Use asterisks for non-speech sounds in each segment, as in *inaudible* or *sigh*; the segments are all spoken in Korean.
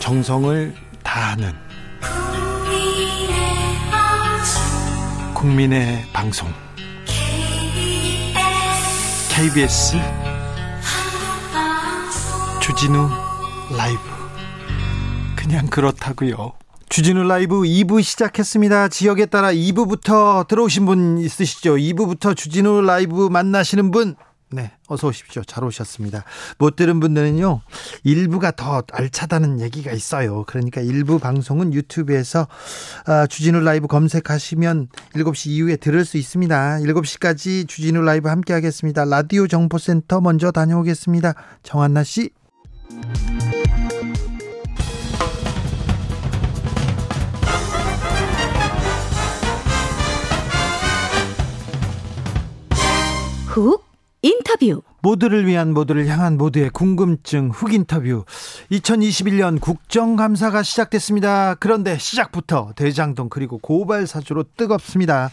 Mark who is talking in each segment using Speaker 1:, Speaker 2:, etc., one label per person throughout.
Speaker 1: 정성을 다하는 국민의 방송 KBS 주진우 라이브 그냥 그렇다고요. 주진우 라이브 2부 시작했습니다. 지역에 따라 2부부터 들어오신 분 있으시죠? 2부부터 주진우 라이브 만나시는 분 네, 어서 오십시오. 잘 오셨습니다. 못 들은 분들은요, 일부가 더 알차다는 얘기가 있어요. 그러니까 일부 방송은 유튜브에서 아, 주진우 라이브 검색하시면 7시 이후에 들을 수 있습니다. 7시까지 주진우 라이브 함께 하겠습니다. 라디오 정보센터 먼저 다녀오겠습니다. 정한나 씨.
Speaker 2: 훅 인터뷰
Speaker 1: 모두를 위한 모두를 향한 모두의 궁금증 훅 인터뷰 2021년 국정감사가 시작됐습니다. 그런데 시작부터 대장동 그리고 고발 사주로 뜨겁습니다.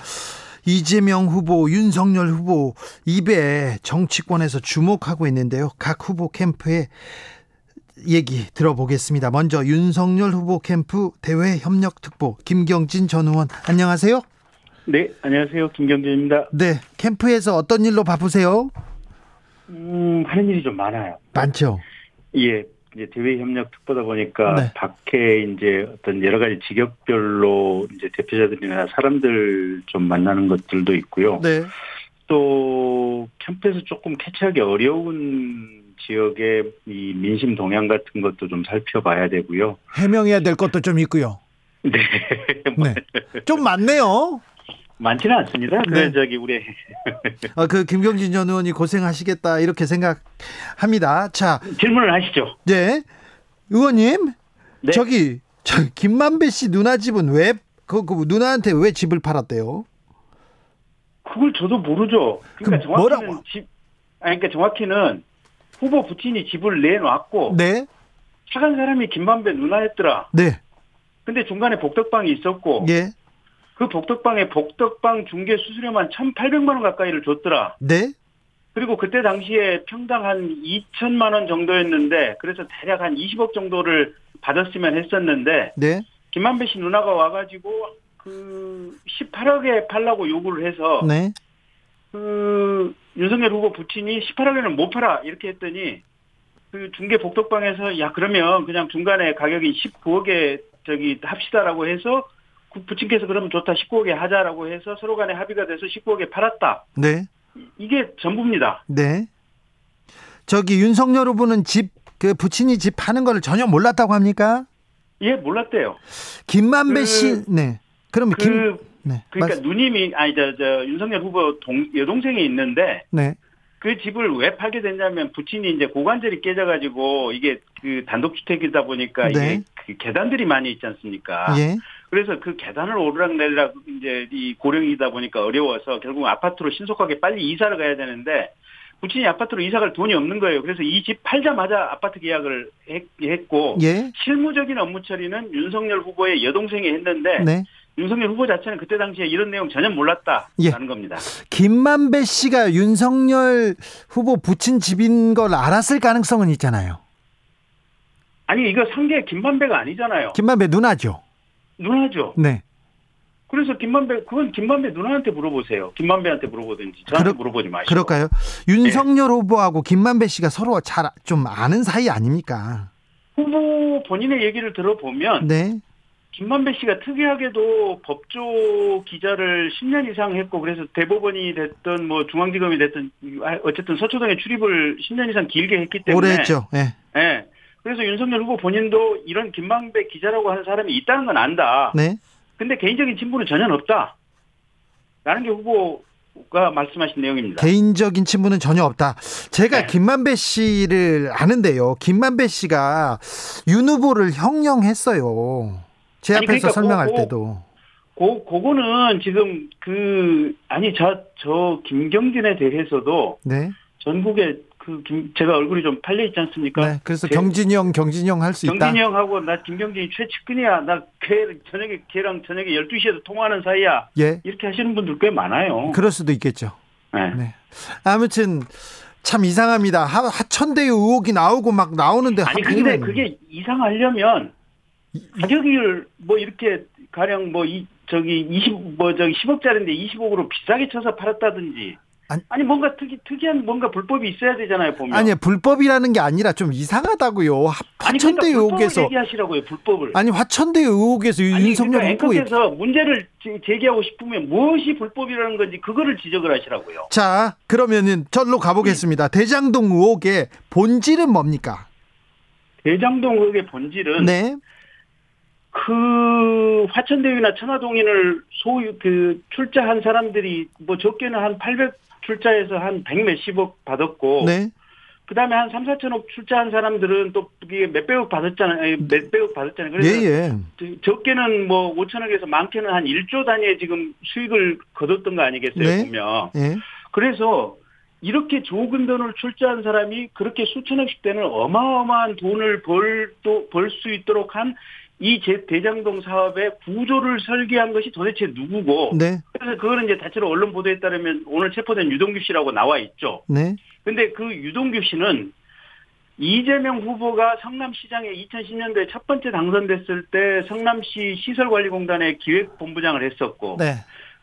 Speaker 1: 이재명 후보, 윤석열 후보 입에 정치권에서 주목하고 있는데요. 각 후보 캠프의 얘기 들어보겠습니다. 먼저 윤석열 후보 캠프 대외 협력 특보 김경진 전 의원 안녕하세요.
Speaker 3: 네, 안녕하세요. 김경진입니다.
Speaker 1: 네, 캠프에서 어떤 일로 바쁘세요?
Speaker 3: 음, 하는 일이 좀 많아요.
Speaker 1: 많죠.
Speaker 3: 예, 이제 대외협력 특보다 보니까
Speaker 1: 네.
Speaker 3: 밖에 이제 어떤 여러 가지 직역별로 이제 대표자들이나 사람들 좀 만나는 것들도 있고요.
Speaker 1: 네.
Speaker 3: 또 캠프에서 조금 캐치하기 어려운 지역의 이 민심 동향 같은 것도 좀 살펴봐야 되고요. *laughs*
Speaker 1: 해명해야 될 것도 좀 있고요.
Speaker 3: 네,
Speaker 1: 네. 좀 많네요.
Speaker 3: 많지는 않습니다.
Speaker 1: 네.
Speaker 3: 그 저기 우리 *laughs*
Speaker 1: 어, 그 김경진 전 의원이 고생하시겠다 이렇게 생각합니다. 자,
Speaker 3: 질문을 하시죠.
Speaker 1: 네. 의원님.
Speaker 3: 네.
Speaker 1: 저기 저 김만배 씨 누나 집은 왜 그, 그 누나한테 왜 집을 팔았대요?
Speaker 3: 그걸 저도 모르죠.
Speaker 1: 그럼
Speaker 3: 그러니까 정확히는
Speaker 1: 뭐라고?
Speaker 3: 집, 아니, 그러니까 정확히는 후보 부친이 집을 내놨고
Speaker 1: 네.
Speaker 3: 착한 사람이 김만배 누나였더라.
Speaker 1: 네.
Speaker 3: 근데 중간에 복덕방이 있었고
Speaker 1: 예.
Speaker 3: 그 복덕방에 복덕방 중개 수수료만 1,800만 원 가까이를 줬더라.
Speaker 1: 네.
Speaker 3: 그리고 그때 당시에 평당 한 2천만 원 정도였는데 그래서 대략 한 20억 정도를 받았으면 했었는데
Speaker 1: 네.
Speaker 3: 김만배 씨 누나가 와가지고 그 18억에 팔라고 요구를 해서
Speaker 1: 네.
Speaker 3: 그 윤석열 후보 부친이 18억에는 못 팔아 이렇게 했더니 그 중계 복덕방에서 야 그러면 그냥 중간에 가격이 19억에 저기 합시다라고 해서 그 부친께서 그러면 좋다 19억에 하자라고 해서 서로 간에 합의가 돼서 19억에 팔았다
Speaker 1: 네.
Speaker 3: 이게 전부입니다.
Speaker 1: 네. 저기 윤석열 후보는 집 그 부친이 집 파는 거를 전혀 몰랐다고 합니까?
Speaker 3: 예 몰랐대요.
Speaker 1: 김만배
Speaker 3: 그-
Speaker 1: 씨 네. 그러면
Speaker 3: 그
Speaker 1: 김 네.
Speaker 3: 그러니까
Speaker 1: 맞-
Speaker 3: 누님이 아니 저, 저 윤석열 후보 동 여동생이 있는데
Speaker 1: 네.
Speaker 3: 그 집을 왜 팔게 됐냐면 부친이 이제 고관절이 깨져가지고 이게 그 단독주택이다 보니까
Speaker 1: 네.
Speaker 3: 이게 그 계단들이 많이 있지 않습니까?
Speaker 1: 예.
Speaker 3: 그래서 그 계단을 오르락내리락 이제 이 고령이다 보니까 어려워서 결국 아파트로 신속하게 빨리 이사를 가야 되는데 부친이 아파트로 이사 갈 돈이 없는 거예요. 그래서 이 집 팔자마자 아파트 계약을 했- 했고
Speaker 1: 예.
Speaker 3: 실무적인 업무 처리는 윤석열 후보의 여동생이 했는데
Speaker 1: 네.
Speaker 3: 윤석열 후보 자체는 그때 당시에 이런 내용 전혀 몰랐다라는
Speaker 1: 예.
Speaker 3: 겁니다.
Speaker 1: 김만배 씨가 윤석열 후보 부친 집인 걸 알았을 가능성은 있잖아요.
Speaker 3: 아니 이거 상계 김만배가 아니잖아요.
Speaker 1: 김만배 누나죠.
Speaker 3: 누나죠.
Speaker 1: 네.
Speaker 3: 그래서 김만배 그건 김만배 누나한테 물어보세요. 김만배한테 물어보든지 저한테
Speaker 1: 그럴-
Speaker 3: 물어보지 마시고.
Speaker 1: 그럴까요? 윤석열 후보하고 김만배 씨가 서로 잘 좀 아는 사이 아닙니까?
Speaker 3: 후보 본인의 얘기를 들어보면
Speaker 1: 네.
Speaker 3: 김만배 씨가 특이하게도 법조 기자를 10년 이상 했고 그래서 대법원이 됐든 뭐 중앙지검이 됐든 어쨌든 서초동에 출입을 10년 이상 길게 했기 때문에
Speaker 1: 오래 했죠. 예.
Speaker 3: 예. 그래서 윤석열 후보 본인도 이런 김만배 기자라고 하는 사람이 있다는 건 안다.
Speaker 1: 네.
Speaker 3: 근데 개인적인 친분은 전혀 없다. 라는 게 후보가 말씀하신 내용입니다.
Speaker 1: 개인적인 친분은 전혀 없다. 제가
Speaker 3: 네.
Speaker 1: 김만배 씨를 아는데요. 김만배 씨가 윤 후보를 형령했어요. 제
Speaker 3: 아니,
Speaker 1: 앞에서
Speaker 3: 그러니까
Speaker 1: 설명할
Speaker 3: 그거-
Speaker 1: 때도.
Speaker 3: 고, 그거는 지금 그, 아니, 저, 저 김경진에 대해서도
Speaker 1: 네.
Speaker 3: 전국에 그, 김- 제가 얼굴이 좀 팔려있지 않습니까?
Speaker 1: 네. 그래서
Speaker 3: 그러니까 제-
Speaker 1: 경진이 형, 경진이 형 할 수 있다.
Speaker 3: 경진이 형하고 나 김경진이 최측근이야. 나 걔, 저녁에 걔랑 저녁에 12시에도 통화하는 사이야.
Speaker 1: 예.
Speaker 3: 이렇게 하시는 분들 꽤 많아요.
Speaker 1: 그럴 수도 있겠죠.
Speaker 3: 네.
Speaker 1: 네. 아무튼 참 이상합니다. 하, 하천대유 의혹이 나오고 막 나오는데
Speaker 3: 아니
Speaker 1: 하필이면-
Speaker 3: 근데 그게 이상하려면 가격을 뭐 이렇게 가령 뭐 이 저기 20뭐 저기 10억짜리인데 20억으로 비싸게 쳐서 팔았다든지
Speaker 1: 아니-
Speaker 3: 아니 뭔가 특이 특이한 뭔가 불법이 있어야 되잖아요 보면
Speaker 1: 아니 불법이라는 게 아니라 좀 이상하다고요. 하-
Speaker 3: 아니, 그러니까
Speaker 1: 화천대
Speaker 3: 불법을
Speaker 1: 의혹에서
Speaker 3: 얘기하시라고요 불법을
Speaker 1: 아니 화천대 의혹에서
Speaker 3: 아니,
Speaker 1: 윤석열
Speaker 3: 그러니까
Speaker 1: 후보의
Speaker 3: 앵커께서 문제를 제- 제기하고 싶으면 무엇이 불법이라는 건지 그거를 지적을 하시라고요.
Speaker 1: 자, 그러면은 절로 가보겠습니다.
Speaker 3: 음.
Speaker 1: 대장동 의혹의 본질은 뭡니까?
Speaker 3: 대장동 의혹의 본질은
Speaker 1: 네.
Speaker 3: 그 화천대유나 천화동인을 소유 그 출자한 사람들이 뭐 적게는 한 800 출자해서 한 100 몇십억 받았고
Speaker 1: 네.
Speaker 3: 그다음에 한 3, 4천억 출자한 사람들은 또 이게 몇백억 받았잖아요. 아니, 몇백억 받았잖아요.
Speaker 1: 예,
Speaker 3: 그래서
Speaker 1: 예.
Speaker 3: 저- 적게는 뭐 5천억에서 많게는 한 1조 단위의 지금 수익을 거뒀던 거 아니겠어요,
Speaker 1: 네.
Speaker 3: 보면.
Speaker 1: 예.
Speaker 3: 그래서 이렇게 적은 돈을 출자한 사람이 그렇게 수천억씩 되는 어마어마한 돈을 벌, 또, 벌 수 있도록 한 이 대장동 사업의 구조를 설계한 것이 도대체 누구고.
Speaker 1: 네.
Speaker 3: 그래서 그거는 이제 다채로 언론 보도에 따르면 오늘 체포된 유동규 씨라고 나와 있죠.
Speaker 1: 네.
Speaker 3: 근데 그 유동규 씨는 이재명 후보가 성남시장에 2010년도에 첫 번째 당선됐을 때 성남시 시설관리공단의 기획본부장을 했었고.
Speaker 1: 네.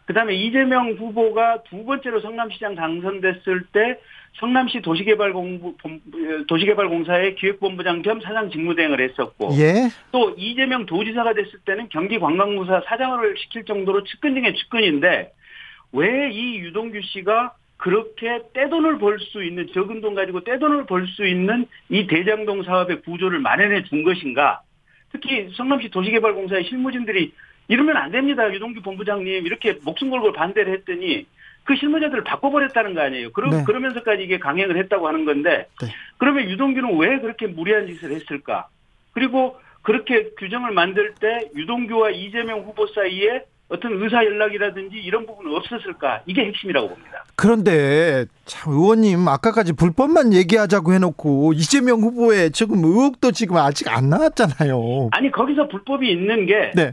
Speaker 3: 그다음에 이재명 후보가 두 번째로 성남시장 당선됐을 때 성남시 도시개발공부 본- 도시개발공사의 기획본부장 겸 사장 직무대행을 했었고
Speaker 1: 예.
Speaker 3: 또 이재명 도지사가 됐을 때는 경기관광공사 사장을 시킬 정도로 측근 중에 측근인데 왜 이 유동규 씨가 그렇게 떼돈을 벌 수 있는 적은 돈 가지고 떼돈을 벌 수 있는 이 대장동 사업의 구조를 마련해 준 것인가? 특히 성남시 도시개발공사의 실무진들이 이러면 안 됩니다. 유동규 본부장님 이렇게 목숨 걸고 반대를 했더니 그 실무자들을 바꿔버렸다는 거 아니에요. 그러,
Speaker 1: 네.
Speaker 3: 그러면서까지 이게 강행을 했다고 하는 건데
Speaker 1: 네.
Speaker 3: 그러면 유동규는 왜 그렇게 무리한 짓을 했을까? 그리고 그렇게 규정을 만들 때 유동규와 이재명 후보 사이에 어떤 의사 연락이라든지 이런 부분은 없었을까? 이게 핵심이라고 봅니다.
Speaker 1: 그런데 참 의원님 아까까지 불법만 얘기하자고 해놓고 이재명 후보의 지금 의혹도 지금 아직 안 나왔잖아요.
Speaker 3: 아니 거기서 불법이 있는 게 그
Speaker 1: 네.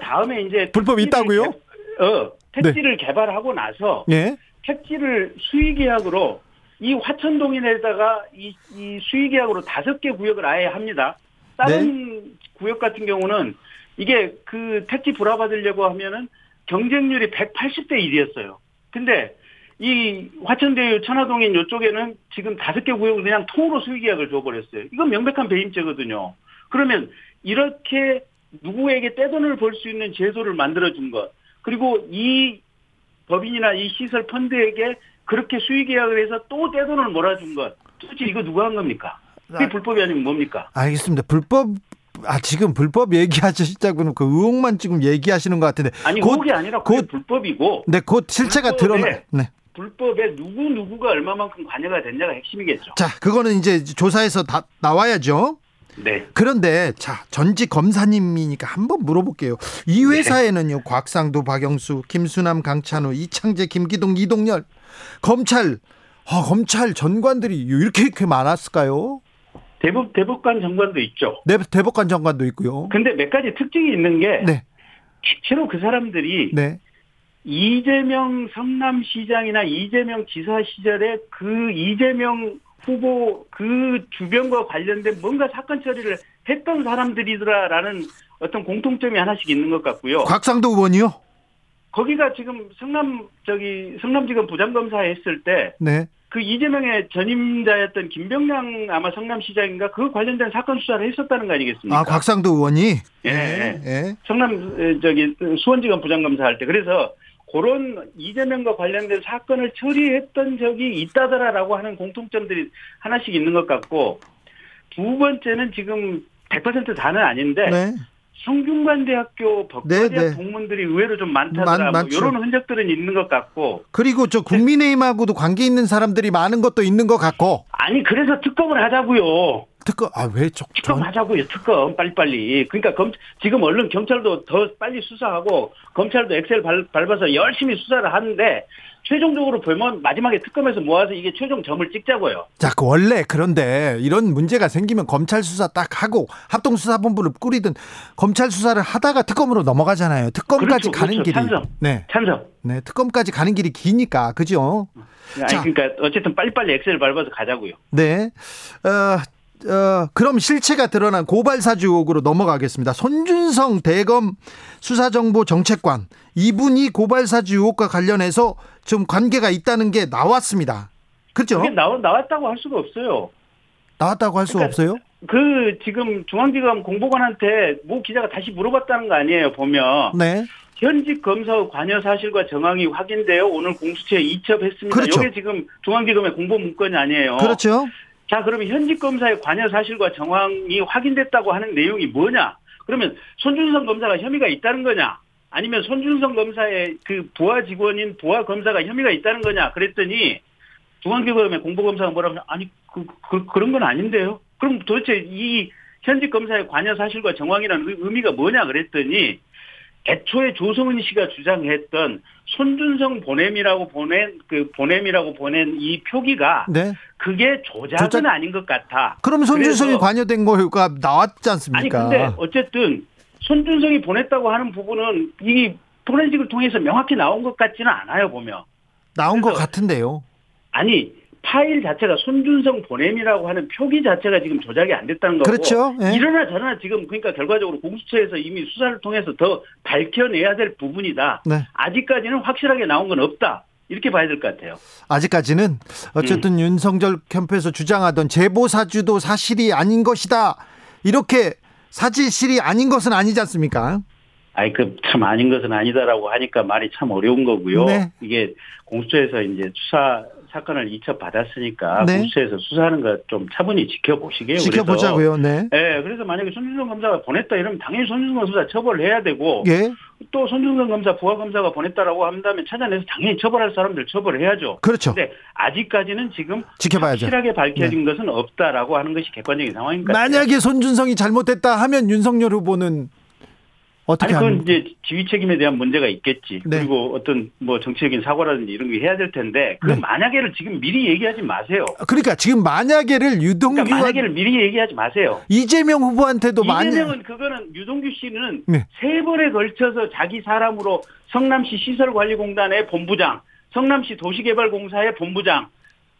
Speaker 3: 다음에 이제
Speaker 1: 불법이
Speaker 3: 택지를
Speaker 1: 있다고요? 네.
Speaker 3: 개- 어, 택지를 개발하고 나서
Speaker 1: 예.
Speaker 3: 택지를 수의계약으로 이 화천동인에다가 이, 이 수의계약으로 다섯 개 구역을 아예 합니다. 다른 구역 같은 경우는 이게 그 택지 불화받으려고 하면은 경쟁률이 180대 1이었어요. 근데 이 화천대유 천화동인 요쪽에는 지금 다섯 개 구역을 그냥 통으로 수의계약을 줘버렸어요. 이건 명백한 배임죄거든요. 그러면 이렇게 누구에게 떼돈을 벌 수 있는 제도를 만들어준 것 그리고 이 법인이나 이 시설 펀드에게 그렇게 수익 계약을 해서 또 떼돈을 몰아준 것. 도대체 이거 누가 한 겁니까? 그게
Speaker 1: 아.
Speaker 3: 불법이 아니면 뭡니까?
Speaker 1: 알겠습니다. 불법 아 지금 불법 얘기하시자고는 그 의혹만 지금 얘기하시는 것 같은데.
Speaker 3: 아니
Speaker 1: 곧-
Speaker 3: 그게 아니라 그게
Speaker 1: 곧-
Speaker 3: 불법이고
Speaker 1: 네, 곧 실체가
Speaker 3: 불법에-
Speaker 1: 드러나. 네.
Speaker 3: 불법에 누구 누구가 얼마만큼 관여가 됐냐가 핵심이겠죠.
Speaker 1: 자, 그거는 이제 조사해서 다 나와야죠.
Speaker 3: 네.
Speaker 1: 그런데 자 전직 검사님이니까 한번 물어볼게요. 이
Speaker 3: 네.
Speaker 1: 회사에는요 곽상도, 박영수, 김수남, 강찬우, 이창재, 김기동, 이동열 검찰 아, 검찰 전관들이 이렇게 이렇게 많았을까요?
Speaker 3: 대법 대법관 정관도 있죠.
Speaker 1: 네, 대법관 전관도 있고요.
Speaker 3: 근데 몇 가지 특징이 있는 게
Speaker 1: 네,
Speaker 3: 실제로 그 사람들이
Speaker 1: 네,
Speaker 3: 이재명 성남시장이나 이재명 지사 시절에 그 이재명 후보 그 주변과 관련된 뭔가 사건 처리를 했던 사람들이더라라는 어떤 공통점이 하나씩 있는 것 같고요.
Speaker 1: 곽상도 의원이요.
Speaker 3: 거기가 지금 성남 저기 성남지검 부장검사 했을 때
Speaker 1: 네,
Speaker 3: 그 이재명의 전임자였던 김병량 아마 성남시장인가 그 관련된 사건 수사를 했었다는 거 아니겠습니까?
Speaker 1: 아 곽상도 의원이
Speaker 3: 예.
Speaker 1: 예, 예.
Speaker 3: 성남 에, 저기 수원지검 부장검사 할 때 그래서 그런 이재명과 관련된 사건을 처리했던 적이 있다더라라고 하는 공통점들이 하나씩 있는 것 같고 두 번째는 지금 100% 다는 아닌데
Speaker 1: 네,
Speaker 3: 성균관대학교
Speaker 1: 네,
Speaker 3: 법과대학
Speaker 1: 네.
Speaker 3: 동문들이 의외로 좀 많다더라
Speaker 1: 많-
Speaker 3: 뭐
Speaker 1: 많죠.
Speaker 3: 이런 흔적들은 있는 것 같고
Speaker 1: 그리고 저 국민의힘하고도 관계 있는 사람들이 많은 것도 있는 것 같고
Speaker 3: 아니 그래서 특검을 하자고요.
Speaker 1: 특검 아왜저
Speaker 3: 특검 하자고요. 특검 빨리빨리. 그러니까 검, 지금 얼른 경찰도 더 빨리 수사하고 검찰도 엑셀 밟, 밟아서 열심히 수사를 하는데 최종적으로 보면 마지막에 특검에서 모아서 이게 최종점을 찍자고요.
Speaker 1: 자, 그 원래 그런데 이런 문제가 생기면 검찰 수사 딱 하고 합동수사본부를 꾸리든 검찰 수사를 하다가 특검으로 넘어가잖아요. 특검까지
Speaker 3: 그렇죠,
Speaker 1: 가는
Speaker 3: 그렇죠.
Speaker 1: 길이
Speaker 3: 찬성.
Speaker 1: 네,
Speaker 3: 찬성.
Speaker 1: 네, 특검까지 가는 길이 기니까 그죠?
Speaker 3: 아니
Speaker 1: 자. 어?
Speaker 3: 그러니까 어쨌든 빨리빨리 엑셀 밟아서 가자고요.
Speaker 1: 네, 어, 어, 그럼 실체가 드러난 고발 사주 의혹으로 넘어가겠습니다. 손준성 대검 수사정보 정책관 이분이 고발 사주 의혹과 관련해서 좀 관계가 있다는 게 나왔습니다. 그렇죠?
Speaker 3: 그게 나, 나왔다고 할 수가 없어요.
Speaker 1: 나왔다고 할 수
Speaker 3: 그러니까-
Speaker 1: 없어요?
Speaker 3: 그 지금 중앙지검 공보관한테 모 기자가 다시 물어봤다는 거 아니에요 보면
Speaker 1: 네.
Speaker 3: 현직 검사의 관여 사실과 정황이 확인되어 오늘 공수처에 이첩했습니다.
Speaker 1: 그렇죠.
Speaker 3: 이게 지금 중앙지검의 공보 문건이 아니에요.
Speaker 1: 그렇죠.
Speaker 3: 자 그러면 현직 검사의 관여 사실과 정황이 확인됐다고 하는 내용이 뭐냐? 그러면 손준성 검사가 혐의가 있다는 거냐? 아니면 손준성 검사의 그 부하 직원인 부하 검사가 혐의가 있다는 거냐? 그랬더니 중앙지검의 공보검사가 뭐라고 하면 아니 그, 그, 그런 건 아닌데요. 그럼 도대체 이 현직 검사의 관여 사실과 정황이라는 의- 의미가 뭐냐 그랬더니 애초에 조성은 씨가 주장했던 손준성 보냄이라고 보낸 그 보냄이라고 보낸 이 표기가
Speaker 1: 네.
Speaker 3: 그게 조작은
Speaker 1: 조작-
Speaker 3: 아닌 것 같아.
Speaker 1: 그럼 손준성이
Speaker 3: 그래서-
Speaker 1: 관여된 거가 나왔지
Speaker 3: 아니
Speaker 1: 않습니까?
Speaker 3: 근데 어쨌든 손준성이 보냈다고 하는 부분은 이 포렌식을 통해서 명확히 나온 것 같지는 않아요 보면.
Speaker 1: 나온 것
Speaker 3: 그래서-
Speaker 1: 같은데요.
Speaker 3: 아니 파일 자체가 손준성 보냄이라고 하는 표기 자체가 지금 조작이 안 됐다는 거고.
Speaker 1: 그렇죠. 예.
Speaker 3: 이러나 저러나 지금 그러니까 결과적으로 공수처에서 이미 수사를 통해서 더 밝혀내야 될 부분이다.
Speaker 1: 네.
Speaker 3: 아직까지는 확실하게 나온 건 없다. 이렇게 봐야 될 것 같아요.
Speaker 1: 아직까지는 어쨌든
Speaker 3: 음.
Speaker 1: 윤석열 캠프에서 주장하던 제보 사주도 사실이 아닌 것이다. 이렇게 사실이 아닌 것은 아니지 않습니까?
Speaker 3: 아이 그 참 아닌 것은 아니다라고 하니까 말이 참 어려운 거고요.
Speaker 1: 네.
Speaker 3: 이게 공수처에서 이제 수사 사건을 이첩 받았으니까
Speaker 1: 네.
Speaker 3: 공수처에서 수사하는 거 좀 차분히 지켜보시게요. 예, 그래서.
Speaker 1: 지켜보자고요. 네.
Speaker 3: 예, 그래서 만약에 손준성 검사가 보냈다 이러면 당연히 손준성 검사 처벌을 해야 되고
Speaker 1: 예.
Speaker 3: 또 손준성 검사 부하 검사가 보냈다라고 한다면 찾아내서 당연히 처벌할 사람들 처벌을 해야죠.
Speaker 1: 그렇죠.
Speaker 3: 근데 아직까지는 지금
Speaker 1: 지켜봐야죠. 네.
Speaker 3: 확실하게 밝혀진 것은 없다라고 하는 것이 객관적인 상황인 것 같아요.
Speaker 1: 만약에 손준성이 잘못됐다 하면 윤석열 후보는
Speaker 3: 아니
Speaker 1: 어떻게
Speaker 3: 그건
Speaker 1: 하는
Speaker 3: 이제 지휘 책임에 대한 문제가 있겠지.
Speaker 1: 네.
Speaker 3: 그리고 어떤 뭐 정치적인 사과라든지 이런 게 해야 될 텐데 그
Speaker 1: 네.
Speaker 3: 만약에를 지금 미리 얘기하지 마세요.
Speaker 1: 그러니까 지금 만약에를 유동규
Speaker 3: 그러니까 만약에를 미리 얘기하지 마세요.
Speaker 1: 이재명 후보한테도 만약
Speaker 3: 이재명은 그거는 유동규 씨는
Speaker 1: 네.
Speaker 3: 세 번에 걸쳐서 자기 사람으로 성남시 시설관리공단의 본부장, 성남시 도시개발공사의 본부장,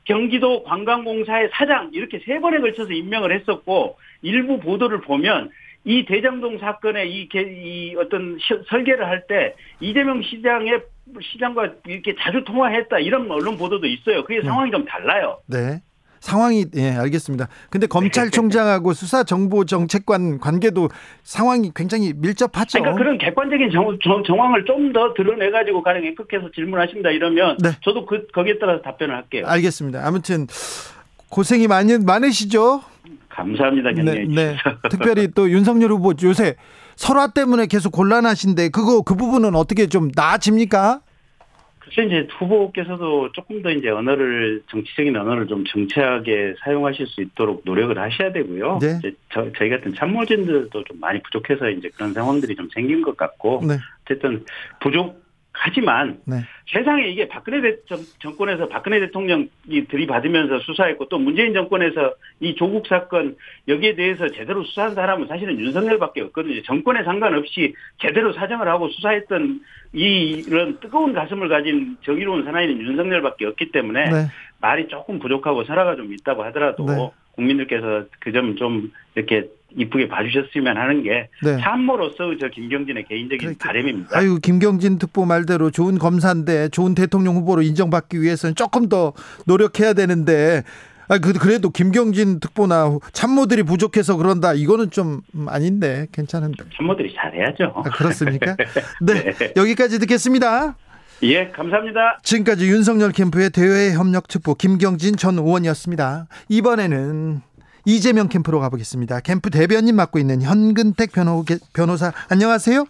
Speaker 3: 경기도 관광공사의 사장 이렇게 세 번에 걸쳐서 임명을 했었고 일부 보도를 보면 이 대장동 사건의 이, 개- 이 어떤 시- 설계를 할 때 이재명 시장의 시장과 이렇게 자주 통화했다 이런 언론 보도도 있어요. 그게 상황이 좀 달라요.
Speaker 1: 네. 상황이 예, 알겠습니다. 근데 검찰총장하고 수사 정보 정책관 관계도 상황이 굉장히 밀접하죠.
Speaker 3: 그러니까 그런 객관적인 정, 황을 좀 더 드러내 가지고 가령 앵커께서 질문하신다 이러면
Speaker 1: 네. 아,
Speaker 3: 저도 그 거기에 따라서 답변을 할게요.
Speaker 1: 알겠습니다. 아무튼 고생이 많이 많으시죠.
Speaker 3: 감사합니다,
Speaker 1: 네,
Speaker 3: 경례. *laughs*
Speaker 1: 네. *laughs* 특별히 또 윤석열 후보 요새 설화 때문에 계속 곤란하신데 그거 그 부분은 어떻게 좀 나아집니까?
Speaker 3: 글쎄 이제 후보께서도 조금 더 이제 언어를 정치적인 언어를 좀 정치하게 사용하실 수 있도록 노력을 하셔야 되고요.
Speaker 1: 네.
Speaker 3: 이제 저, 저희 같은 참모진들도 좀 많이 부족해서 이제 그런 상황들이 좀 생긴 것 같고
Speaker 1: 네.
Speaker 3: 어쨌든 부족하지만
Speaker 1: 네.
Speaker 3: 세상에 이게 박근혜 대- 정- 정권에서 박근혜 대통령이 들이받으면서 수사했고 또 문재인 정권에서 이 조국 사건 여기에 대해서 제대로 수사한 사람은 사실은 윤석열밖에 없거든요. 정권에 상관없이 제대로 사정을 하고 수사했던 이 이런 뜨거운 가슴을 가진 정의로운 사나이는 윤석열밖에 없기 때문에
Speaker 1: 네.
Speaker 3: 말이 조금 부족하고 설화가 좀 있다고 하더라도
Speaker 1: 네.
Speaker 3: 국민들께서 그 점 좀 이렇게 이쁘게 봐주셨으면 하는 게
Speaker 1: 네.
Speaker 3: 참모로서 저 김경진의 개인적인
Speaker 1: 그러니까-
Speaker 3: 바람입니다.
Speaker 1: 아유 김경진 특보 말대로 좋은 검사인데 좋은 대통령 후보로 인정받기 위해서는 조금 더 노력해야 되는데 아, 그, 그래도 김경진 특보나 참모들이 부족해서 그런다 이거는 좀 음, 아닌데 괜찮은데
Speaker 3: 참모들이 잘해야죠.
Speaker 1: 아, *laughs* 그렇습니까? 네 여기까지 듣겠습니다.
Speaker 3: 예, 감사합니다.
Speaker 1: 지금까지 윤석열 캠프의 대외 협력 특보 김경진 전 의원이었습니다. 이번에는 이재명 캠프로 가보겠습니다. 캠프 대변인 맡고 있는 현근택 변호, 변호사 안녕하세요.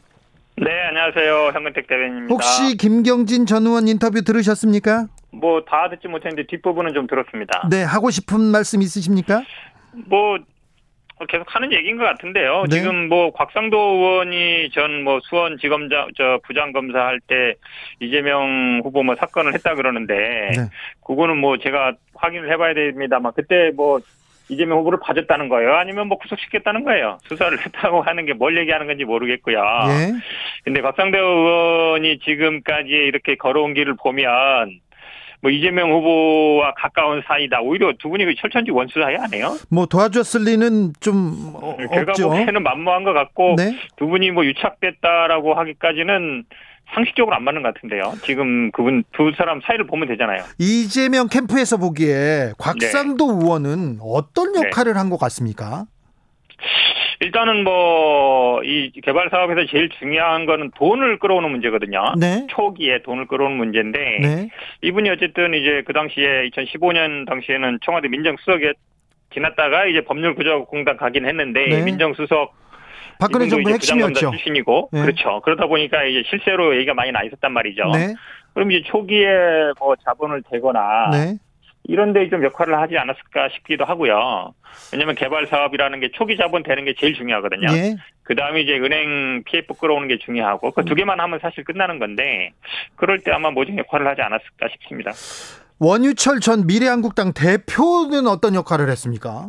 Speaker 4: 네, 안녕하세요. 현근택 대변입니다.
Speaker 1: 혹시 김경진 전 의원 인터뷰 들으셨습니까?
Speaker 4: 뭐 다 듣지 못했는데 뒷부분은 좀 들었습니다.
Speaker 1: 네, 하고 싶은 말씀 있으십니까?
Speaker 4: 뭐 계속 하는 얘기인 것 같은데요.
Speaker 1: 네.
Speaker 4: 지금 뭐 곽상도 의원이 전 뭐 수원 지검장 저 부장 검사 할 때 이재명 후보 뭐 사건을 했다 그러는데
Speaker 1: 네.
Speaker 4: 그거는 뭐 제가 확인을 해봐야 됩니다만 그때 뭐 이재명 후보를 봐줬다는 거예요. 아니면 뭐 구속시켰다는 거예요. 수사를 *laughs* 했다고 하는 게 뭘 얘기하는 건지 모르겠고요.
Speaker 1: 예.
Speaker 4: 근데 박상대 의원이 지금까지 이렇게 걸어온 길을 보면 뭐 이재명 후보와 가까운 사이다. 오히려 두 분이 그 철천지 원수 사이 아니에요?
Speaker 1: 뭐 도와줬을 리는 좀 어,
Speaker 4: 결과
Speaker 1: 없죠.
Speaker 4: 보기에는 뭐 만무한 것 같고
Speaker 1: 네.
Speaker 4: 두 분이 뭐 유착됐다라고 하기까지는 상식적으로 안 맞는 것 같은데요. 지금 그분 두 사람 사이를 보면 되잖아요.
Speaker 1: 이재명 캠프에서 보기에 곽상도 의원은 어떤
Speaker 4: 네.
Speaker 1: 역할을 한 것 같습니까?
Speaker 4: 일단은 뭐 이 개발 사업에서 제일 중요한 거는 돈을 끌어오는 문제거든요.
Speaker 1: 네.
Speaker 4: 초기에 돈을 끌어오는 문제인데
Speaker 1: 네.
Speaker 4: 이분이 어쨌든 이제 그 당시에 2015년 당시에는 청와대 민정수석에 지났다가 이제 법률구조공단 가긴 했는데
Speaker 1: 네.
Speaker 4: 민정수석
Speaker 1: 박근혜
Speaker 4: 이분도
Speaker 1: 정부
Speaker 4: 이제
Speaker 1: 핵심이었죠.
Speaker 4: 부장검사 출신이고
Speaker 1: 네.
Speaker 4: 그렇죠. 그러다 보니까 이제 실제로 얘기가 많이 나 있었단 말이죠.
Speaker 1: 네.
Speaker 4: 그럼 이제 초기에 뭐 자본을 대거나
Speaker 1: 네.
Speaker 4: 이런데 좀 역할을 하지 않았을까 싶기도 하고요. 왜냐하면 개발 사업이라는 게 초기 자본 되는 게 제일 중요하거든요.
Speaker 1: 예.
Speaker 4: 그 다음에 이제 은행 PF 끌어오는 게 중요하고
Speaker 1: 음.
Speaker 4: 그 두 개만 하면 사실 끝나는 건데 그럴 때 아마 모종 역할을 하지 않았을까 싶습니다.
Speaker 1: 원유철 전 미래한국당 대표는 어떤 역할을 했습니까?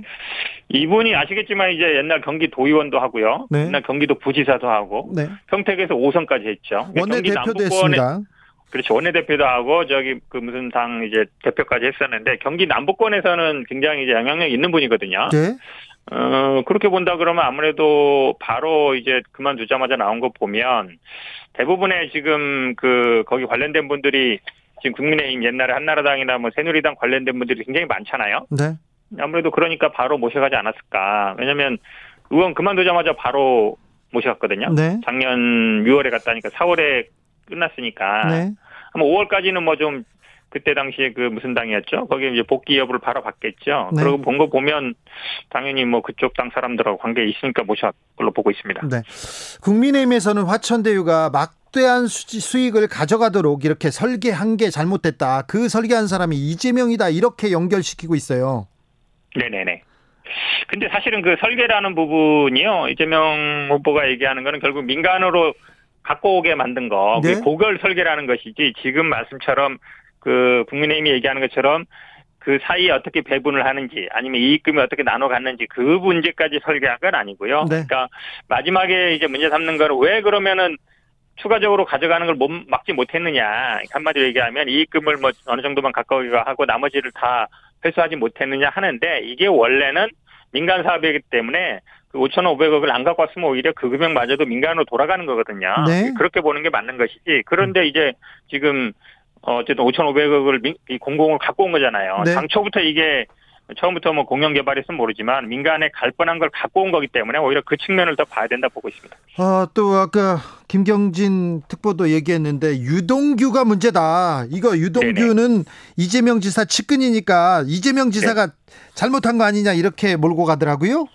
Speaker 4: 이분이 아시겠지만 이제 옛날 경기도의원도 하고요.
Speaker 1: 네.
Speaker 4: 옛날 경기도 부지사도 하고
Speaker 1: 네.
Speaker 4: 평택에서 5선까지 했죠. 그러니까
Speaker 1: 원내
Speaker 4: 경기
Speaker 1: 대표도
Speaker 4: 남부권에-
Speaker 1: 했습니다.
Speaker 4: 그렇죠. 원내대표도 하고 저기 그 무슨 당 이제 대표까지 했었는데 경기 남부권에서는 굉장히 이제 영향력 있는 분이거든요.
Speaker 1: 네.
Speaker 4: 어, 그렇게 본다 그러면 아무래도 바로 이제 그만두자마자 나온 거 보면 대부분의 지금 그 거기 관련된 분들이 지금 국민의힘 옛날에 한나라당이나 뭐 새누리당 관련된 분들이 굉장히 많잖아요.
Speaker 1: 네.
Speaker 4: 아무래도 그러니까 바로 모셔가지 않았을까. 왜냐면 의원 그만두자마자 바로 모셔갔거든요.
Speaker 1: 네.
Speaker 4: 작년 6월에 갔다니까 4월에 끝났으니까
Speaker 1: 네.
Speaker 4: 아마 5월까지는 뭐 좀 그때 당시에 그 무슨 당이었죠? 거기에 이제 복귀 여부를 바라봤겠죠.
Speaker 1: 네.
Speaker 4: 그리고 본 거 보면 당연히 뭐 그쪽 당 사람들하고 관계 있으니까 모셔 걸로 보고 있습니다.
Speaker 1: 네. 국민의힘에서는 화천대유가 막대한 수지, 수익을 가져가도록 이렇게 설계한 게 잘못됐다. 그 설계한 사람이 이재명이다. 이렇게 연결시키고 있어요.
Speaker 4: 네네네. 근데 사실은 그 설계라는 부분이요. 이재명 후보가 얘기하는 거는 결국 민간으로 갖고 오게 만든 거. 그게
Speaker 1: 네.
Speaker 4: 고결 설계라는 것이지 지금 말씀처럼 그 국민의힘이 얘기하는 것처럼 그 사이에 어떻게 배분을 하는지 아니면 이익금이 어떻게 나눠 갔는지 그 문제까지 설계한 건 아니고요.
Speaker 1: 네.
Speaker 4: 그러니까 마지막에 이제 문제 삼는 거는 왜 그러면은 추가적으로 가져가는 걸 못, 막지 못했느냐 한마디로 얘기하면 이익금을 뭐 어느 정도만 가까이가 하고 나머지를 다 회수하지 못했느냐 하는데 이게 원래는 민간 사업이기 때문에 그 5,500억을 안 갖고 왔으면 오히려 그 금액마저도 민간으로 돌아가는 거거든요.
Speaker 1: 네. 음.
Speaker 4: 그렇게 보는 게 맞는 것이지. 그런데 이제 지금 어, 어쨌든 5,500억을 민, 이 공공을 갖고 온 거잖아요.
Speaker 1: 네.
Speaker 4: 당초부터 이게 처음부터 뭐 공영 개발했으면 모르지만 민간에 갈 뻔한 걸 갖고 온 거기 때문에 오히려 그 측면을 더 봐야 된다 보고 있습니다.
Speaker 1: 아, 또 아까 김경진 특보도 얘기했는데 유동규가 문제다. 이거 유동규는 이재명 지사 측근이니까 이재명
Speaker 4: 네.
Speaker 1: 지사가 잘못한 거 아니냐 이렇게 몰고 가더라고요.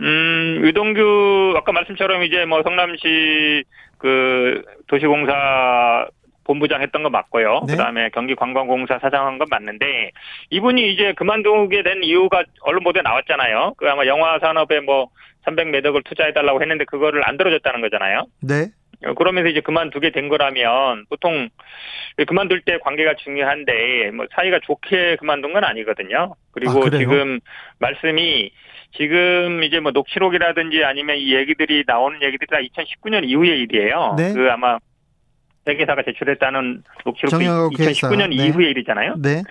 Speaker 4: 음, 유동규 아까 말씀처럼 이제 뭐 성남시 그 도시공사 본부장 했던 거 맞고요.
Speaker 1: 네.
Speaker 4: 그다음에 경기관광공사 사장한 건 맞는데 이분이 이제 그만두게 된 이유가 언론 보도에 나왔잖아요. 그 아마 영화 산업에 뭐 300매덕을 투자해 달라고 했는데 그거를 안 들어줬다는 거잖아요.
Speaker 1: 네.
Speaker 4: 어, 그러면서 이제 그만두게 된 거라면 보통 그만둘 때 관계가 중요한데 뭐 사이가 좋게 그만둔 건 아니거든요. 그리고
Speaker 1: 아, 그래요?
Speaker 4: 지금 말씀이 지금 이제 뭐 녹취록이라든지 아니면 이 얘기들이 나오는 얘기들이 다 2019년 이후의 일이에요.
Speaker 1: 네.
Speaker 4: 그 아마 회계사가 제출했다는 녹취록도
Speaker 1: 정영학 회계사.
Speaker 4: 2019년
Speaker 1: 네.
Speaker 4: 이후의 일이잖아요.
Speaker 1: 네.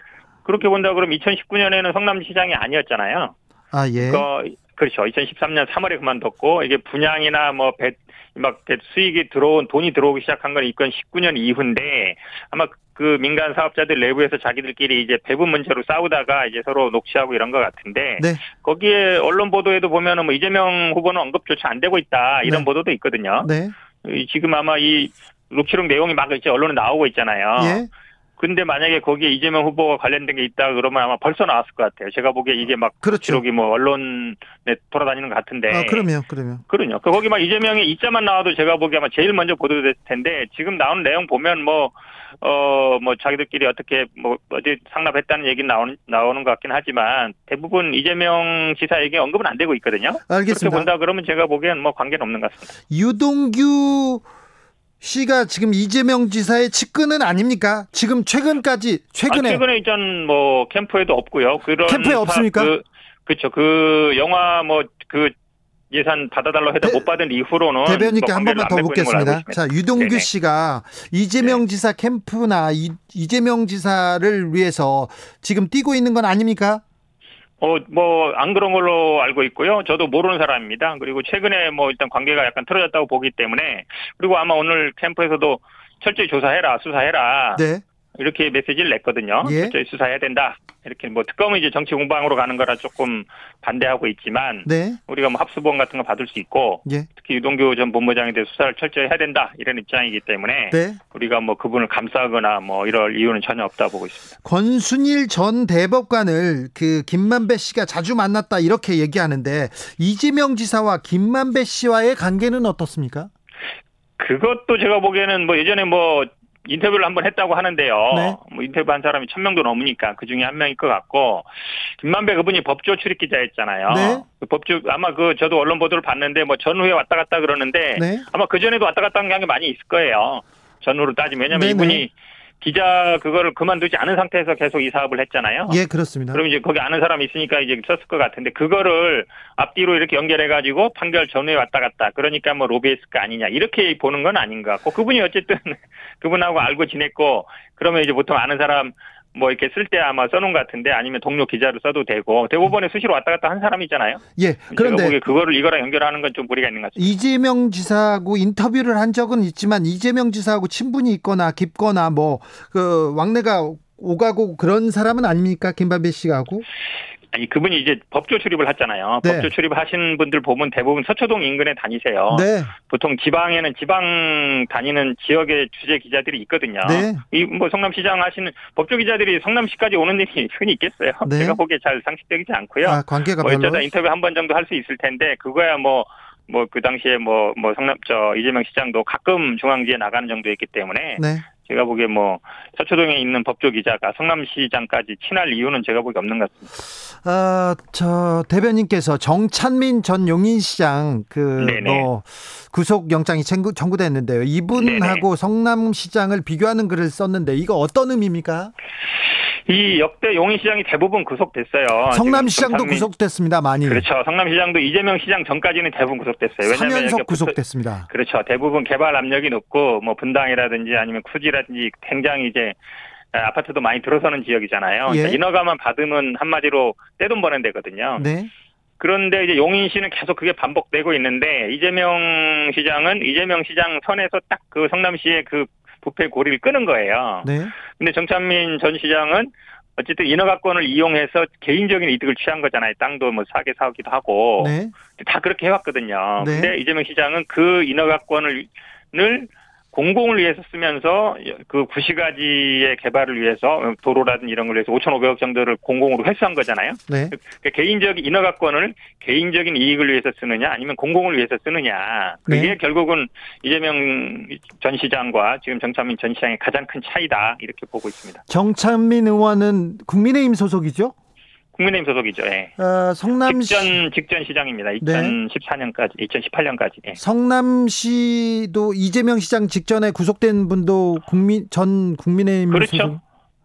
Speaker 4: 그렇게 본다 그러면 2019년에는 성남시장이 아니었잖아요.
Speaker 1: 아, 예.
Speaker 4: 어, 그렇죠. 2013년 3월에 그만뒀고 이게 분양이나 뭐 배, 막 배- 수익이 들어온 돈이 들어오기 시작한 건 이건 19년 이후인데 아마 그 민간 사업자들 내부에서 자기들끼리 이제 배분 문제로 싸우다가 이제 서로 녹취하고 이런 것 같은데
Speaker 1: 네.
Speaker 4: 거기에 언론 보도에도 보면은 뭐 이재명 후보는 언급조차 안 되고 있다 이런
Speaker 1: 네.
Speaker 4: 보도도 있거든요.
Speaker 1: 네.
Speaker 4: 이- 지금 아마 이 녹취록 내용이 막 이제 언론에 나오고 있잖아요.
Speaker 1: 예.
Speaker 4: 근데 만약에 거기에 이재명 후보가 관련된 게 있다 그러면 아마 벌써 나왔을 것 같아요. 제가 보기에 이게 막
Speaker 1: 그렇죠.
Speaker 4: 기록이 네. 뭐 언론에 돌아다니는 것 같은데.
Speaker 1: 아, 그럼요. 그럼요.
Speaker 4: 그럼요. 그 거기 막 이재명의 이자만 나와도 제가 보기에 아마 제일 먼저 보도될 텐데 지금 나온 내용 보면 뭐 어, 뭐, 자기들끼리 어떻게, 뭐, 어제 상납했다는 얘기 나오는, 나오는 것 같긴 하지만, 대부분 이재명 지사에게 언급은 안 되고 있거든요. 그렇게
Speaker 1: 알겠습니다.
Speaker 4: 본다 그러면 제가 보기엔 뭐 관계는 없는 것 같습니다.
Speaker 1: 유동규 씨가 지금 이재명 지사의 측근은 아닙니까? 지금 최근까지 최근에
Speaker 4: 아, 최근에 있던 뭐, 캠프에도 없고요. 그런.
Speaker 1: 캠프에
Speaker 4: 사-
Speaker 1: 없습니까?
Speaker 4: 그, 그쵸. 그, 영화 뭐, 그, 예산 받아달라고 해도
Speaker 1: 대-
Speaker 4: 못 받은 이후로는
Speaker 1: 대변인께
Speaker 4: 뭐
Speaker 1: 한
Speaker 4: 관계를
Speaker 1: 번만
Speaker 4: 안
Speaker 1: 더
Speaker 4: 맺고 있는 걸로 알고
Speaker 1: 묻겠습니다.
Speaker 4: 있습니다.
Speaker 1: 자, 유동규
Speaker 4: 네네. 네.
Speaker 1: 씨가 이재명 지사 캠프나 이, 이재명 지사를 위해서 지금 뛰고 있는 건 아닙니까?
Speaker 4: 어, 뭐, 안 그런 걸로 알고 있고요. 저도 모르는 사람입니다. 그리고 최근에 뭐 일단 관계가 약간 틀어졌다고 보기 때문에 그리고 아마 오늘 캠프에서도 철저히 조사해라, 수사해라.
Speaker 1: 네.
Speaker 4: 이렇게 메시지를 냈거든요.
Speaker 1: 예.
Speaker 4: 철저히 수사해야 된다. 이렇게 뭐 특검은 이제 정치 공방으로 가는 거라 조금 반대하고 있지만
Speaker 1: 네.
Speaker 4: 우리가 뭐 합수본 같은 거 받을 수 있고
Speaker 1: 예.
Speaker 4: 특히 유동규 전 본부장에 대해 수사를 철저히 해야 된다 이런 입장이기 때문에
Speaker 1: 네.
Speaker 4: 우리가 뭐 그분을 감싸거나 뭐 이럴 이유는 전혀 없다 보고 있습니다.
Speaker 1: 권순일 전 대법관을 그 김만배 씨가 자주 만났다 이렇게 얘기하는데 이재명 지사와 김만배 씨와의 관계는 어떻습니까?
Speaker 4: 그것도 제가 보기에는 뭐 예전에 뭐 인터뷰를 한번 했다고 하는데요.
Speaker 1: 네.
Speaker 4: 뭐 인터뷰 한 사람이 천 명도 넘으니까 그 중에 한 명일 것 같고 김만배 그분이 법조 출입 기자였잖아요.
Speaker 1: 네.
Speaker 4: 그 법조 아마 그 저도 언론 보도를 봤는데 뭐 전후에 왔다 갔다 그러는데
Speaker 1: 네.
Speaker 4: 아마 그 전에도 왔다 갔다 한 게 많이 있을 거예요. 전후로 따지면 왜냐면
Speaker 1: 네네.
Speaker 4: 이분이 기자 그거를 그만두지 않은 상태에서 계속 이 사업을 했잖아요.
Speaker 1: 예, 그렇습니다.
Speaker 4: 그럼 이제 거기 아는 사람이 있으니까 이제 썼을 것 같은데 그거를 앞뒤로 이렇게 연결해가지고 판결 전후에 왔다 갔다 그러니까 뭐 로비했을까 아니냐 이렇게 보는 건 아닌 것 같고 그분이 어쨌든 *laughs* 그분하고 알고 지냈고 그러면 이제 보통 아는 사람 뭐 이렇게 쓸 때 아마 써놓은 것 같은데 아니면 동료 기자로 써도 되고 대법원에 수시로 왔다 갔다 한 사람이잖아요.
Speaker 1: 예.
Speaker 4: 제가 보기에
Speaker 1: 그런데
Speaker 4: 그거를 이거랑 연결하는 건 좀 무리가 있는 것 같습니다.
Speaker 1: 이재명 지사하고 인터뷰를 한 적은 있지만 이재명 지사하고 친분이 있거나 깊거나 뭐 그 왕래가 오가고 그런 사람은 아닙니까? 김만배 씨하고?
Speaker 4: 아니 그분이 이제 법조 출입을 했잖아요.
Speaker 1: 네.
Speaker 4: 법조 출입하신 분들 보면 대부분 서초동 인근에 다니세요.
Speaker 1: 네.
Speaker 4: 보통 지방에는 지방 다니는 지역의 주재 기자들이 있거든요.
Speaker 1: 네.
Speaker 4: 이 뭐 성남시장 하시는 법조 기자들이 성남시까지 오는 일이 *laughs* 흔히 있겠어요.
Speaker 1: 네.
Speaker 4: 제가 보기에 잘 상식적이지 않고요.
Speaker 1: 아, 관계가
Speaker 4: 뭐
Speaker 1: 별로.
Speaker 4: 어쩌다 인터뷰 한 번 정도 할 수 있을 텐데 그거야 뭐. 뭐 그 당시에 뭐 뭐 성남 저 이재명 시장도 가끔 중앙지에 나가는 정도였기 때문에
Speaker 1: 네.
Speaker 4: 제가 보기에 뭐 서초동에 있는 법조 기자가 성남시장까지 친할 이유는 제가 보기에 없는 것 같습니다.
Speaker 1: 아, 저 대변인께서 정찬민 전 용인시장 그
Speaker 4: 네네.
Speaker 1: 뭐 구속 영장이 청구, 청구됐는데요. 이분하고 성남시장을 비교하는 글을 썼는데 이거 어떤 의미입니까?
Speaker 4: 이 역대 용인시장이 대부분 구속됐어요. 아, 지금
Speaker 1: 성남시장도
Speaker 4: 정상민-
Speaker 1: 구속됐습니다. 많이
Speaker 4: 그렇죠. 성남시장도 이재명 시장 전까지는 대부분 그 구속됐어요.
Speaker 1: 삼
Speaker 4: 왜냐하면
Speaker 1: 연석
Speaker 4: 이렇게 붙어-
Speaker 1: 구속됐습니다.
Speaker 4: 그렇죠. 대부분 개발 압력이 높고 뭐 분당이라든지 아니면 쿠지라든지 굉장히 이제 아, 아파트도 많이 들어서는 지역이잖아요.
Speaker 1: 예.
Speaker 4: 그러니까 인허가만 받으면 한마디로 떼돈 버는 데거든요.
Speaker 1: 네.
Speaker 4: 그런데 이제 용인시는 계속 그게 반복되고 있는데 이재명 시장은 이재명 시장 선에서 딱 그 성남시의 그 부패 고리를 끄는 거예요.
Speaker 1: 네.
Speaker 4: 근데 정찬민 전 시장은 어쨌든 인허가권을 이용해서 개인적인 이득을 취한 거잖아요. 땅도 뭐 사게 사기도 하고
Speaker 1: 네.
Speaker 4: 다 그렇게 해왔거든요.
Speaker 1: 네.
Speaker 4: 근데 이재명 시장은 그 인허가권을 을 공공을 위해서 쓰면서 그 9시가지의 개발을 위해서 도로라든 이런 걸 위해서 5,500억 정도를 공공으로 회수한 거잖아요.
Speaker 1: 네.
Speaker 4: 그러니까 개인적인 인허가권을 개인적인 이익을 위해서 쓰느냐 아니면 공공을 위해서 쓰느냐 그게
Speaker 1: 네.
Speaker 4: 결국은 이재명 전 시장과 지금 정찬민 전 시장의 가장 큰 차이다 이렇게 보고 있습니다.
Speaker 1: 정찬민 의원은 국민의힘 소속이죠?
Speaker 4: 국민의힘 소속이죠. 예.
Speaker 1: 어, 성남시 네.
Speaker 4: 직전 직전 시장입니다. 2014년까지 2018년까지. 예.
Speaker 1: 성남시도 이재명 시장 직전에 구속된 분도 국민 전 국민의힘
Speaker 4: 그렇죠.
Speaker 1: 소속.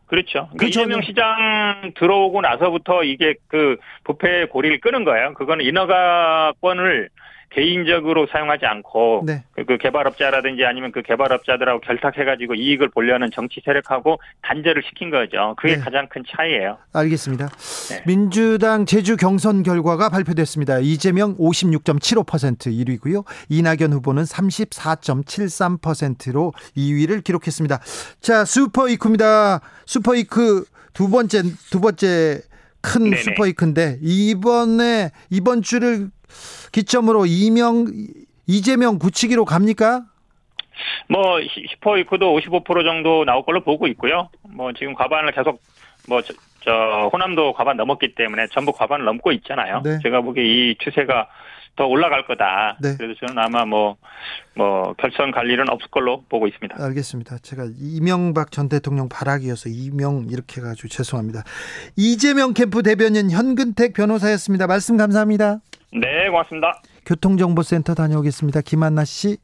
Speaker 4: 그렇죠. 그러니까
Speaker 1: 그렇죠.
Speaker 4: 이재명 시장 들어오고 나서부터 이게 그 부패 고리를 끄는 거예요. 그거는 인허가권을 개인적으로 사용하지 않고
Speaker 1: 네.
Speaker 4: 그, 그 개발업자라든지 아니면 그 개발업자들하고 결탁해가지고 이익을 보려는 정치 세력하고 단절을 시킨 거죠. 그게
Speaker 1: 네.
Speaker 4: 가장 큰 차이예요.
Speaker 1: 알겠습니다.
Speaker 4: 네.
Speaker 1: 민주당 제주 경선 결과가 발표됐습니다. 이재명 56.75% 1위고요. 이낙연 후보는 34.73%로 2위를 기록했습니다. 자, 슈퍼 이크입니다. 슈퍼 이크 두 번째 두 번째 큰
Speaker 4: 네네.
Speaker 1: 슈퍼 이크인데 이번에 이번 주를 기점으로 이명 이재명 굳히기로 갑니까?
Speaker 4: 뭐 시- 슈퍼 이코도 55% 정도 나올 걸로 보고 있고요. 뭐 지금 과반을 계속 뭐 저 호남도 과반 넘었기 때문에 전북 과반을 넘고 있잖아요.
Speaker 1: 네.
Speaker 4: 제가 보기에 이 추세가 더 올라갈 거다.
Speaker 1: 네.
Speaker 4: 그래서 저는 아마 뭐, 뭐, 결선 갈 일은 없을 걸로 보고 있습니다.
Speaker 1: 알겠습니다. 제가 이명박 전 대통령 발악이어서 이명 이렇게 가지고 죄송합니다. 이재명 캠프 대변인 현근택 변호사였습니다. 말씀 감사합니다.
Speaker 4: 네, 고맙습니다.
Speaker 1: 교통정보센터 다녀오겠습니다. 김한나 씨.